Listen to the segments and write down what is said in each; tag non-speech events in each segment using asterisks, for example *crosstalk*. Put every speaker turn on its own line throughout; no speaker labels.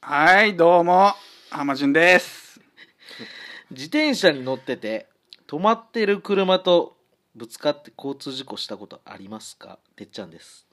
はい、どうも、浜潤
*laughs*
です。
自転車に乗ってて止まってる車とぶつかって交通事故したことありますかてっちゃんです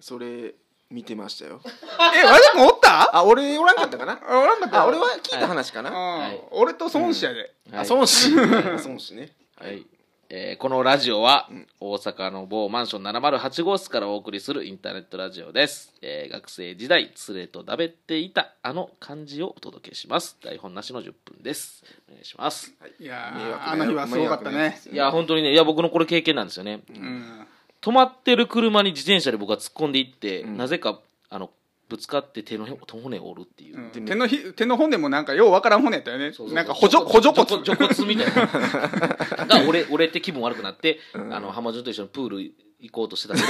それ見てましたよ
え、和田君おった
あ俺おらんかったかな
あ、おらんかった
あ俺は聞いた話か
うん、
な、
はい
俺と孫子やで。
あ孫子孫子ね
はい、えーこのラジオは大阪の某マンション708号室からお送りするインターネットラジオです、えー学生時代連れとだべっていたあの感じをお届けします台本なしの10分ですお願いします
いや
迷惑
ー、
な
あの日はすごかった
迷惑なやつ
ね
です。よ
いや本当にねいや僕のこれ経験なんですよね
うん。
止まってる車に自転車で僕は突っ込んでいって、
ん
なぜかあのぶつかって手の骨を折るっていう、
うん手のひ手の骨もなんかようわからん骨やったよね
そうそうそう
なんか補助補助
じょ
骨
じょ骨みたいなが俺俺って気分悪くなって、あの浜順と一緒にプール行こうとして
*laughs*
たけど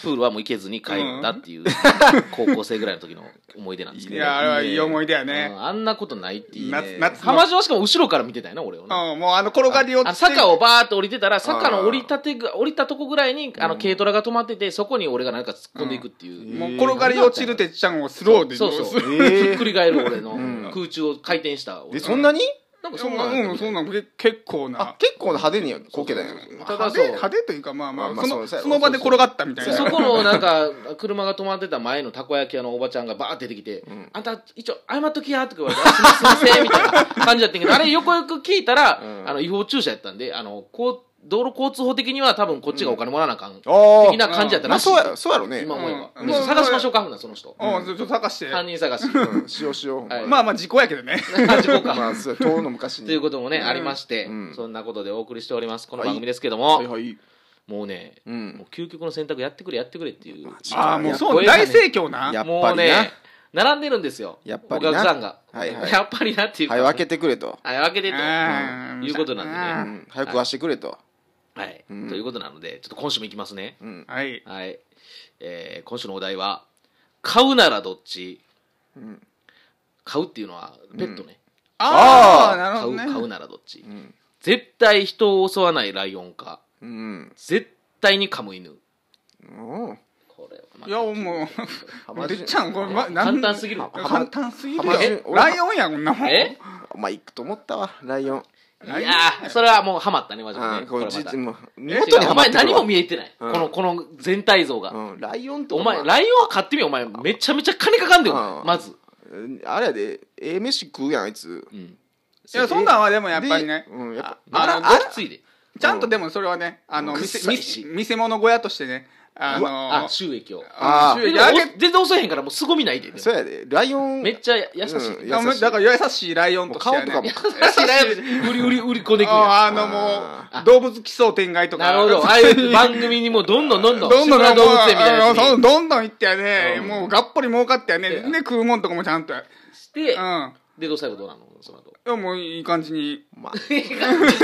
プールはもう行けずに帰ったっていう、 *laughs* 高校生ぐらいの時の思い出なんで
*laughs*
す
い
けど
やあれはいい思い出や
う
ね
んあんなことないっていう、
夏
ね、
夏の
浜順はしかも後ろから見てたよな俺をな
うんもうあの転がりを
あの坂をバーって降りてたら坂の
あー
降りたてぐ降りたとこぐらいにあの軽トラが止まっててそこに俺がなんか突っ込んでいくっていう、
もう転がり落ちるてっちゃんをスローで
そうそう
する
えー
ひっくり返る俺の
ん
空中を回転した俺
えそんなに
なんか
そ
そ
うんな
なんん
うんそんなんけ結構
あ
な
結構派手にこけたんや
ただ
派
そ
手
う
派手というかまあま
まあ
あ
まあ
その
そうそう
その場で転がったみたい
で
な
*laughs* そこのなんか車が止まってた前のたこ焼き屋のおばちゃんがバーって出てきて「あんた一応謝っときや」とか言われてあ「すいませんすいません」みたいな感じだったんや
*laughs*
けどあれよくよく聞いたら、
うん
あの違法駐車やったんであのこう道路交通法的には多分こっちがお金もらわなあかん、的な
あ
感じやった
あま
ら
あ
しい、
そうやそうやろね
今思えば、
うん
で
うん
探しましょうかほんならその人、
うんちょっと探して
犯人探し、 *laughs*
うんしようしよう
はい
まあまあ事故やけど
*laughs*
ね
事故か
まあそうや遠の昔に
ということもね、ありまして、
うん
そんなことでお送りしておりますこの
はい
番組ですけども、
はいはい
もうね、
うん
もう究極の選択やってくれやってくれっていう
ああもうそ
こ
う
れが
大
ね
盛況な
やっぱりな
もうね並んでるんですよ
やっぱりな
お客さんが、
はいはい
やっぱりなっていうか、
はい分けてくれと
はい分けてと
あー
いうことな
うん
でね
ん早くわしてくれと
はい、
うん
ということなのでちょっと今週もいきますね、
うん
はい
はい、えー今週のお題は「買うならどっち?
うん」
買うっていうのはペットね、
ああ
あー
なるほど
買う買う
ね
ならどっち、
うん
絶対人を襲わないライオンか
うん
絶対に噛む犬
おう
これはまた
いやも
浜
う
順
てっちゃんこれまなん
簡単すぎる
簡単すぎる
浜
よ
順俺
ライオンやこんなもん
え
お前行くと思ったわライオン
いやーそれはもうハマったねマジで
あ
ね
ーこ
れ
れ
また
じ
違う
もう見事にハ
お
マ
前
ってく
何
るわ
も見えてない、
うん
このこの全体像が、
うんライオンと
お前ライオンは買ってみよお前めちゃめちゃ金かかんでよ、
うん
まず、
うんあれやでええ飯食うやんあいつ
うん、
いやそんなんはでもやっぱりね
でうんやっぱ
あ
ら
のどっついで
ちゃんとでもそれはね、あの、
うん
見
臭
せ、
い
見
し
せ見せ物小屋としてね、あの、
あ収益を
あー
収益
ででお
上げ
全然遅えへんからもう凄みないで、
そうやでライオン
めっちゃ優しい、
うん
だから
優しい
だから優しいライオン
もう
としては
顔
ね、
とかも
優し *laughs* い売り売り売り込んでいくんや
ああのも
あ
う、動物奇想天外とか。
なるほどああいう番組にもどんどんどんど
*laughs*
ん
*laughs*
どんどん
志村動物園みたいなやつ
あのそう
に
どんどん行ってやね、
うん
もうがっぽり儲かってやね、
う
ね
ん、
食うもんとかもちゃんとや。
して、
うん。
でどう最後どうなのその
*laughs*
後
でももういい感じに。
まあ
いい感じ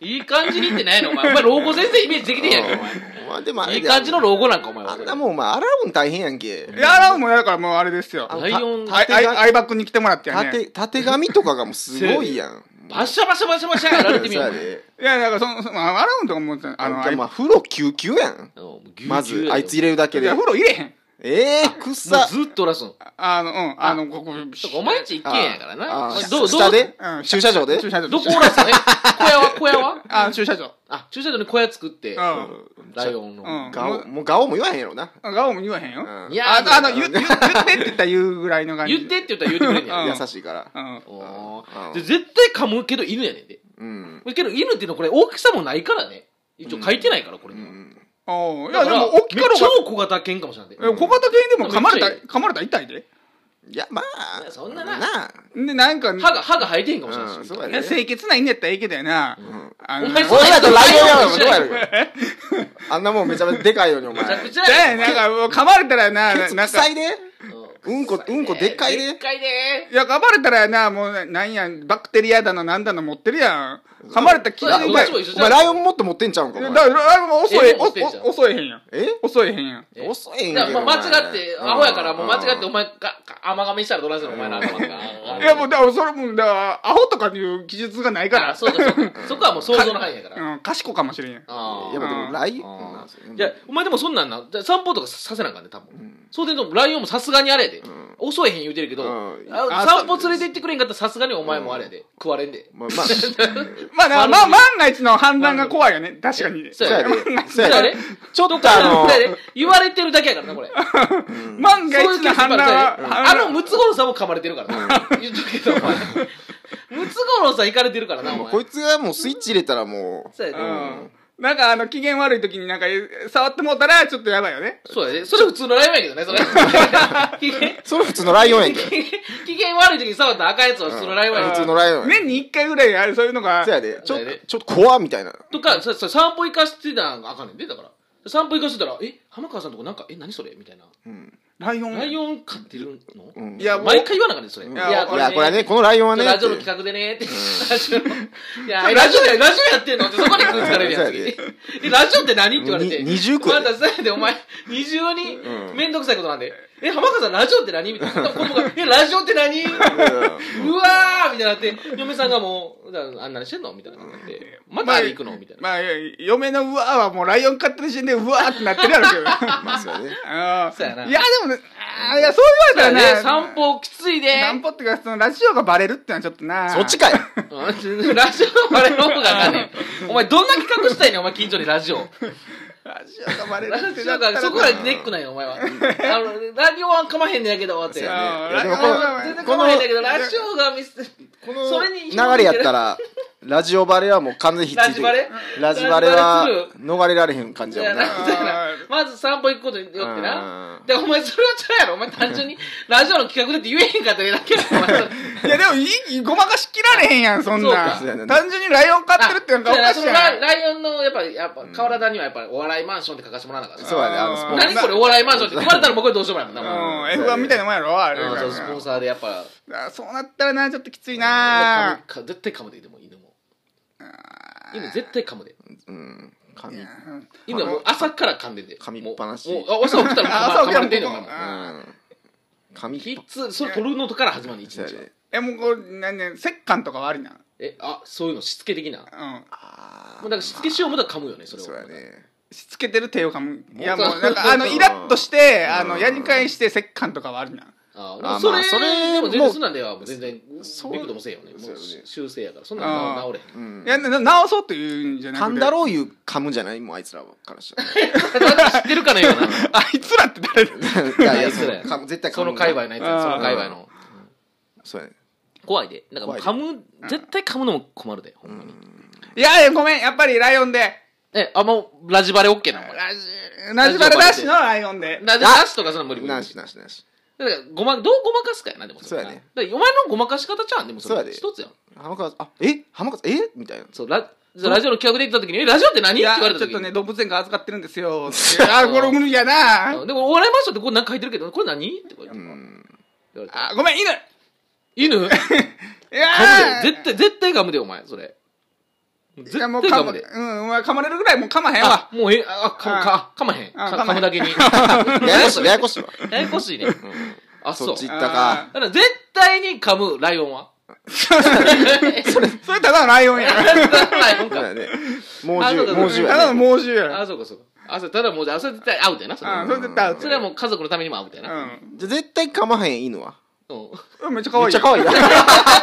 いい感じにってないのお前お前老後全然イメージできてんやんけお前
まあでもあれ
いい感じの老後なんかお前は
あんなもんお前洗うん大変やんけ
いや、ラオもだからもうあれですよ。
ライオン
あいあい相葉君に来てもらってやね。
縦縦紙とかがもうすごいやん
バシャバシャバシャバシャやられてみ
そ
よ
うや
う
で
いや、だからその、そのあラオンとかも、あ
あ
の、
の
あい
まあ風呂救急やん
あのぎゅうぎゅう
まず
やで
あいつ入れるだけ
い
で
や風呂入れへん。
ええくっ
もう
さ
ずっとらすの
あの、うん、あの、ここ、
お前んち一軒家やからな
あ
お前
ー
どうど
下で
う
うん
駐車場で
駐車場
どこおらすのえ小屋は小屋は
あ、駐車場。
あ駐車場に小屋作って
うん。
ライオン
うん
の
ガオもうガオも言わへんやろな
ガオも言わへんよ。
うん
いや
あ、あの、言、言言って
*laughs*
って言ったら言うぐらいの感じ。
言ってって言ったら言うてくれんね
うん
や
優しいから
うん。
おー
うん
で絶対噛むけど犬やねんで
うん
けど犬っていうのはこれ大きさもないからね一応書いてないからこれ
う
には
ん
おうい
だ
や、
か
で
ら
も、大きいから
めっちゃ超小型犬かもしれない
小型犬でも噛まれた、
めっちゃいい
噛まれたら痛いで。
いやまあ
そんなな
なあ
で、なんか、
歯が歯が生えてへんかもしれな
う
い
ん
し
そうや
い
で
や清潔ないんやったらええけどやな。あの、 *laughs*
お前
だ
そう
俺らとライオンやろ
そ
ど
う
う
や
や
ろ
ろあんなもんめちゃめちゃでかいのにお前
*laughs* めちゃくちゃや
よ
ねん
なんか、噛まれたらな、
ケツ
なんか、
臭
い
いで
うん
うんこうんこでっかい
で
で
っかいで
や、噛まれたらな、もう、なんや、バクテリアだの、なんだの持ってるやん。噛まれたら気
そうだ
にな
どっちも
い。
一緒
お前ライオンもっと持ってんちゃうんかお
だか
前
ら、ライオンも遅
ええ
い、
もん持ってんじゃん
おお遅いへんやん。
え
遅いへんやん。
え
遅いん
だ
や
か
け
ら
ど
まあ間違って
お前
アホやからもう間違って
う
お
ん
前がが甘がめしたらどないするのお前の頭が
いや、もう、だから、それも、だから、アホとかいう記述がないから
あ。そうかそうかそこはもう想像の範囲やから
うん、賢かもしれんやん。
あ
い
ー
やまあでもライオ
あ
ン
ーいやお前でもそんなんなじゃあ散歩とかさせなあかんね多分そうでもライオンもさすがにあれやで、
ん
遅いへん言うてるけど、
うん
あ
あ
散歩連れて行ってくれんかったらさすがにお前もあれやで、食われんで
まあ
*laughs*
まあそ
まあ、だからま
まあ
あ、万が一の判断が怖いよね。確かに。
そう
うや
や
で
で
そう
だ
や
から
で
ね
ちょっとあの
だからね言われてるだけやからなこれ
万が一の判断は、
あのムツゴロウさんも噛まれてるからな、 *laughs* 言っとくけどお
*laughs*
前ムツゴロウさん引かれてるからなお
もう
前
こいつがもうスイッチ入れたらも
そうやで、
うん。なんかあの、機嫌悪い時になんか、触ってもうたら、ちょっとやばいよね。
そうやでそれ普通のライオンやけどねそ
*laughs*
れ機嫌
うそれ普通のライオンやんけ
機嫌悪い時に触ったら赤いやつは *laughs* 普通のライオンやけど
普通のライオンや
年に一回ぐらい、あれ、そういうのが
そう、やでち
そ
ょ
うやで
ちょっと怖みたいな
とか、そそ散歩行かしてたんがあかんねんで、だから。散歩行かしてたら、え、浜川さんとこなんか、え、何それみたいな。
うん
ライオン。
ライオン飼ってるの、
うん
いや、
毎回言わなあかんねん、それ。
い
や
いやこれはねこのライオンはね
ラジオの企画でねって。 *laughs* ラジオ。いや、ラジオで、ラジオやってんのってそこで食いつかれるやん。
そうやで
次え、ラジオって何って言われて。
に二重苦
ま
やで
たそうやで、お前、二重に
うん
めんどくさいことなんで。え、浜川さん、ラジオって何みたい
*laughs*
な。子供が、え、ラジオって何うわーみたいになって、嫁さんがもう、だからあんなにしてんのみたいな感じになって。またあれ行くのみたいな。
まあ、嫁のうわーはもうライオン飼ってる時点でうわーってなってるやろうけ
*laughs*
ど。
まあそうやね
あー
そうやない
や、でもね、あーいや、そう言われたら
ね、
ね、
散歩きついで。
散歩っていうか、そのラジオがバレるってのはちょっとな。
そっちかい
うん *laughs* ラジオバレの方があかんねんお前どんな企画したいねん、お前近所にラジオ。
ラジオが *laughs* バレるっ
ラジ
てな
オ
ったら
が、そこがネックなんや、お前は。あの、ラジオはかまへんねんやけど、って。
そう
全
や
あー
いやでも
ラジオが
然かまへんねんやけど、ラジオがミス、
こ
そ
の
れに
流れやっ
*laughs*
たらラジオバレはもう完全にひっついてる
ラジバレ
ラジバレは
ラジバレす
逃れられへん感じ
い
や
や
もん
なそ
な
うやなまず散歩行くことによって
う。
なんで、お前それはちゃうやろ。お前単純にラジオの企画でって言えへんかっただけやろ、お前。
いや、でもいい、ごまかしきられへんやん、そんな
そうか
ん。単純にライオン飼ってるってなんかおかしいやん。
あそうやなそのラライオンの、やっぱ、やっぱ、河原田にはやっぱりお笑いマンションって書かせてもらわなあかった。
そうやねあのスポ
うん
ーツ
何これお笑いマンションって言われたら僕はどうしようもないもんな。もう
うん、F1 みたいなもんやろあれ。
あそうスポンサーでやっぱ
あそうなったらな、ちょっときつい
か
な。
むか絶対噛むで犬も犬も犬絶対噛むで
うん神
うん
犬はもう朝から噛んでて
噛みっぱなし
もうもう朝起きたら
あ
もう噛ま
*laughs* 朝
噛まれ
起
て
き
ん
た
の
ら
お
も
前
う
も
うん神
きつそれ取るのとから始まる一
そう
日
や
は
で
え、もうこう、なんね、折感とかはありな。
えあそういうのしつけ的なも
うん。
あ
うなんかしつけしようもたら噛むよねそれを
そうやね
しつけてる手を噛む。いや、
もう
もう、なんか、あの、
うん
イラッとして、あ
う
の、
ん
やり返して折感とかはあるな。
あ
あ
それ
まあそれ
でも全
も
然
う
そんなんではもう全然
そう
ビクともせえよねも
そう
う
やね
修正やからそんなん
あ
な
ー
治れへん
うん
いや、な直そうというんじゃなくて。
噛んだろういう噛むんじゃないもうあいつらからしたら
知ってるかのような
あいつらって誰だ *laughs*
いやいやそ
そう
う
や
噛む絶対噛
そ
む
の界隈のやつや
あー
その界隈の
そうやね
怖いでなんかもう噛む絶対噛むのも困るでほんまに
いやいや、ごめん、やっぱりライオンで。
えあもうラジバレオッケーなのこれ
ラジ、ラジバルダッシュのライオンで。
なでなしとかそんな無理無理
なしなしなし
だからごまどうごまかすかやなでもれ
そうやね
だからお前のごまかし方ちゃうんでもそ
そうや
れ
で
一つやん
浜川さんあえ浜川さんえみたいな
そうララジオの企画で行った時に「えラジオって
い
何?」って言
や、
われた
ちょっ
時
とね、
に
動物園が預かってるんですよ。ってあ、これ無理や
あ
な。
でもお笑いマンションってこれなんか書いてるけどこれ何ってこれ
う
言わ
ん
れて
あ、ごめん、犬。い
犬噛む
やー
で絶対絶対噛むでお前それ絶
いや
対
もう噛
噛む
む
で
うん、お前噛まれるぐらいもう噛まへんわ
あ。もうえあ噛むか噛まへん
あ
か
噛まへん
噛むだけに
*laughs* ややこしいややこしいわ
ややこしいねあそ
そうっち
だ
行
か
ったか
ら絶対に噛むライオンは *laughs*
それただのライオンや。
ライオン
そうや
か
ね猛
あそうか
獣
そ
ただ
うか
猛獣や
の
ね
猛獣や。
*laughs* あそうかそうかあそうただもうあそれ絶対アウトやなそれ
あ、それ絶対合う。
それはもう家族のためにも合うみたい *laughs* な。
じゃあ絶対噛まへん犬は
うん
うん。めっちゃ可愛い。
めっちゃ可 *laughs* 愛いな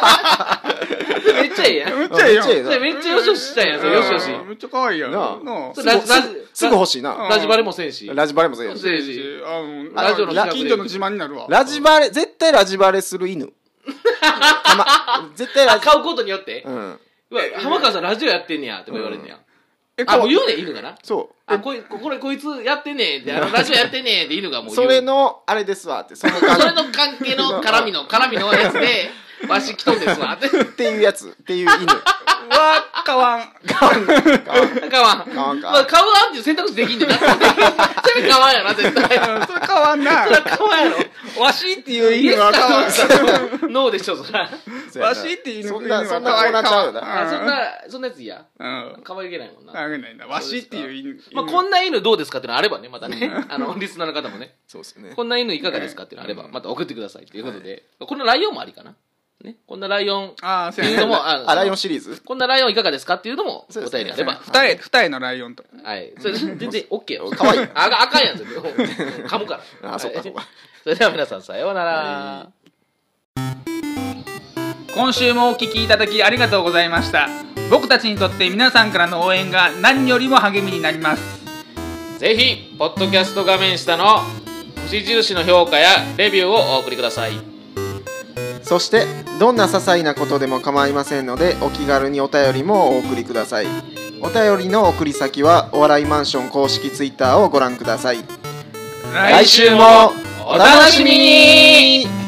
めっちゃいいやん。
めっちゃいいよ。
めっちゃいい
それめっちゃよしよししたいやん、それよしよし。
うんめっちゃ可愛いやん。
なあ
なあ
それラジラジ
すぐ欲しいな
うん
ラジバレもせんし。
ラジバレもせ
も
んし
せんし。
あの
ラジオの近くで
近所の自慢になるわ。
ラジバレ絶対ラジバレする犬
*laughs*
たま絶対
あ、
ラジ
買うことによって。
うん
うわ、浜川さんラジオやってんねや、とか言われんねや。
え、
あ、
か
もう
わ
言うね、犬がな。
そ
あ、こい、ここれこいつやってんねんって、あのラジオやってんねんって犬がもう
う
言。
そうれのあれですわってその
そ
感
れの関係の絡みの、絡みのやつで、わし来とんですわ。って。
じっていうやつっていう犬
かわん。
買わん。
買わんか
まあ買わんっていう選択肢できんねんな。そ *laughs* れ買わんやな、絶対。
*laughs* うんそれかわんな。
かわやろわしっていう
犬は可愛い
ノーでしょそら
そうや
わ
な
しって犬
そんな
犬
そ
は
んな
可
コ
愛
ー
い
ナーちゃうよな
可
あそんなそんなやついや
うん。
かわいげないもんな
あげないな。わしっていう犬。
まあこんな犬どうですかっていうのあればねまたねあのリスナーの方もね
そうですね
こんな犬いかがですかっていうのあればまた送ってくださいということでこのライオンもありかなね、こんなライオンっ
ああ、
て
そう
いう
や
の
ね。
も、あ
あライオン
そ
シリーズ
のこんなライオンいかがですかっていうのも、
そう
お
です
便りあれば。
二重、二重のライオンとか。
はい。それ全然 OK よ。
かわいい
あが、あかんやん、それ。噛むから。
あそっか
はい
そっか
それでは皆さん、さようなら
は。
今週もお聞きいただきありがとうございました僕たちにとって皆さんからの応援が何よりも励みになります
ぜひ、ポッドキャスト画面下の星印の評価やレビューをお送りください。
そしてどんな些細なことでも構いませんのでお気軽にお便りもお送りくださいお便りの送り先はお笑いマンション公式ツイッターをご覧ください
来週もお楽しみに